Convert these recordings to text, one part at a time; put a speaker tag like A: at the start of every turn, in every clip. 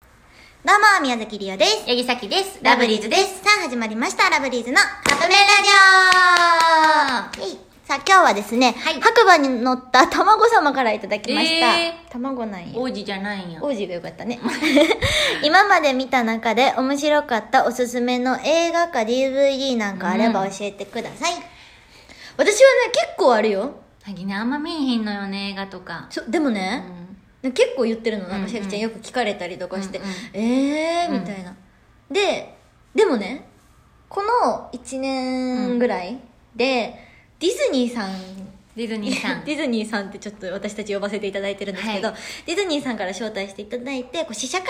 A: どうも、宮崎りおです。
B: 八木崎です
A: ラブリーズです。さあ、始まりました。ラブリーズのカップ麺ラジオイェイさあ、今日はですね、
B: はい
A: 白馬に乗った卵様からいただきました。
B: え
A: 卵なんや。
B: 王子じゃないんや
A: 王子がよかったね。 今まで見た中で面白かったおすすめの映画か DVD なんかあれば教えてください。私はね、結構あるよ。
B: 最近ねあんま見えへんのよね映画とか
A: そうでもね、結構言ってるのなんかシャキちゃんよく聞かれたりとかして、えー
B: う
A: み
B: ん
A: たいな、ででもねこの1年ぐらいで、ディズニーさん
B: ディズニーさん
A: ディズニーさんってちょっと私たち呼ばせていただいてるんですけど、
B: は
A: ディズニーさんから招待していただいてこう試写会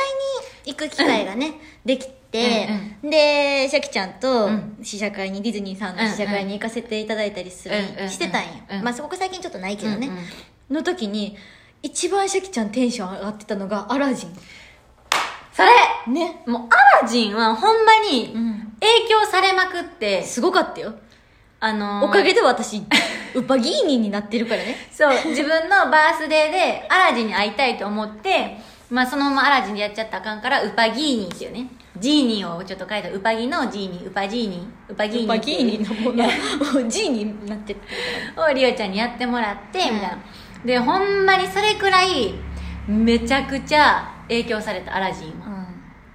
A: に行く機会がね、できて、でシャキちゃんと
B: うん
A: 試写会にディズニーさんの試写会に行かせていただいたりする、
B: うんうん
A: してたんよ、
B: うん
A: まあすごく最近ちょっとないけどね、
B: うんうん
A: の時に一番シャキちゃんテンション上がってたのがアラジン
B: それ
A: ね
B: もうアラジンはほんまに
A: ん
B: 影響されまくって、
A: すごかったよ
B: あのー
A: おかげで私ウパギーニになってるからね
B: そう自分のバースデーでアラジンに会いたいと思ってまあそのままアラジンでやっちゃったらあかんからウパギーニっていうねジーニーをちょっと書いたウパギのジーニーウパジーニ ーウパギーニ
A: ウ
B: って
A: パ
B: いう
A: ギーニのもの もうジーニになってる
B: をリオちゃんにやってもらって、
A: うん
B: みたいなでほんまにそれくらいめちゃくちゃ影響されたアラジンは、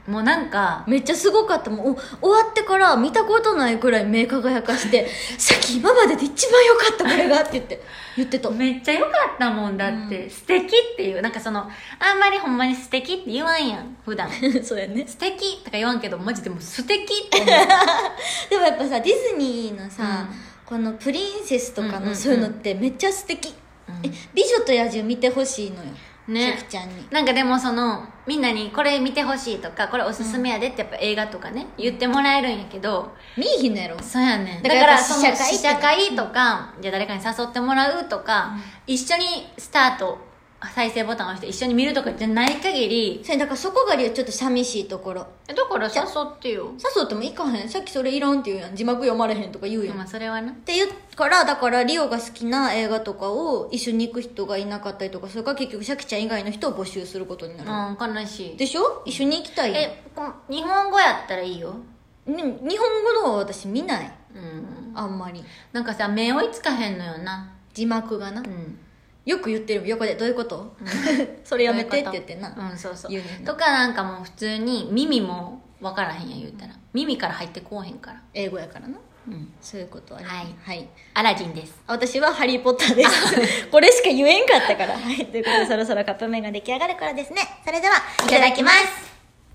B: もうなんか
A: めっちゃすごかったもうお終わってから見たことないくらい目輝かして 「さっき今までで一番良かったこれが」って言っ て言ってた
B: めっちゃ良かったもんだって、素敵っていうなんかそのあんまりほんまに素敵って言わんやん普段
A: そうやね
B: 素敵とか言わんけどマジでもう素敵って思う
A: でもやっぱさディズニーのさ、
B: うん
A: このプリンセスとか
B: うんうんう
A: の
B: ん
A: そういうのってめっちゃ素敵、
B: うん
A: え美女と野獣見てほしいのよ シ
B: ね
A: ャキちゃんに
B: なんかでもそのみんなにこれ見てほしいとかこれおすすめやでってやっぱ映画とかね言ってもらえるんやけど
A: 見えひんのやろ
B: そうやね
A: だ
B: だ
A: か
B: からら
A: やっぱ
B: その
A: 試写会
B: 試写会とかじゃあ誰かに誘ってもらうとか、一緒にスタート再生ボタンを押して一緒に見るとかじゃない限り
A: それだからそこがりはちょっと寂しいところ
B: だから誘ってよ
A: 誘ってもいかへんさっきそれいらんって言うやん字幕読まれへんとか言うやん、
B: ま
A: っ
B: あそれはな
A: て言うからだからリオが好きな映画とかを一緒に行く人がいなかったりとかそれから結局シャキちゃん以外の人を募集することになる、
B: うん悲しい
A: でしょ一緒に行きたいやん
B: えこ日本語やったらいいよ
A: ね日本語のは私見ない
B: うん
A: あんまり
B: なんかさ目追いつかへんのよな
A: 字幕がな、
B: うん
A: よく言ってるもん横で「どういうことそれやめて」って言ってな
B: うんそうそう
A: 言うねんな
B: とかなんかもう普通に耳も分からへんやん言うたら耳から入ってこうへんから
A: 英語やからな
B: うん
A: そういうことは
B: はい
A: はい、
B: アラジンです
A: 私は「ハリー・ポッター」ですこれしか言えんかったからはいということでそろそろカップ麺が出来上がるからですねそれではい
B: ただきます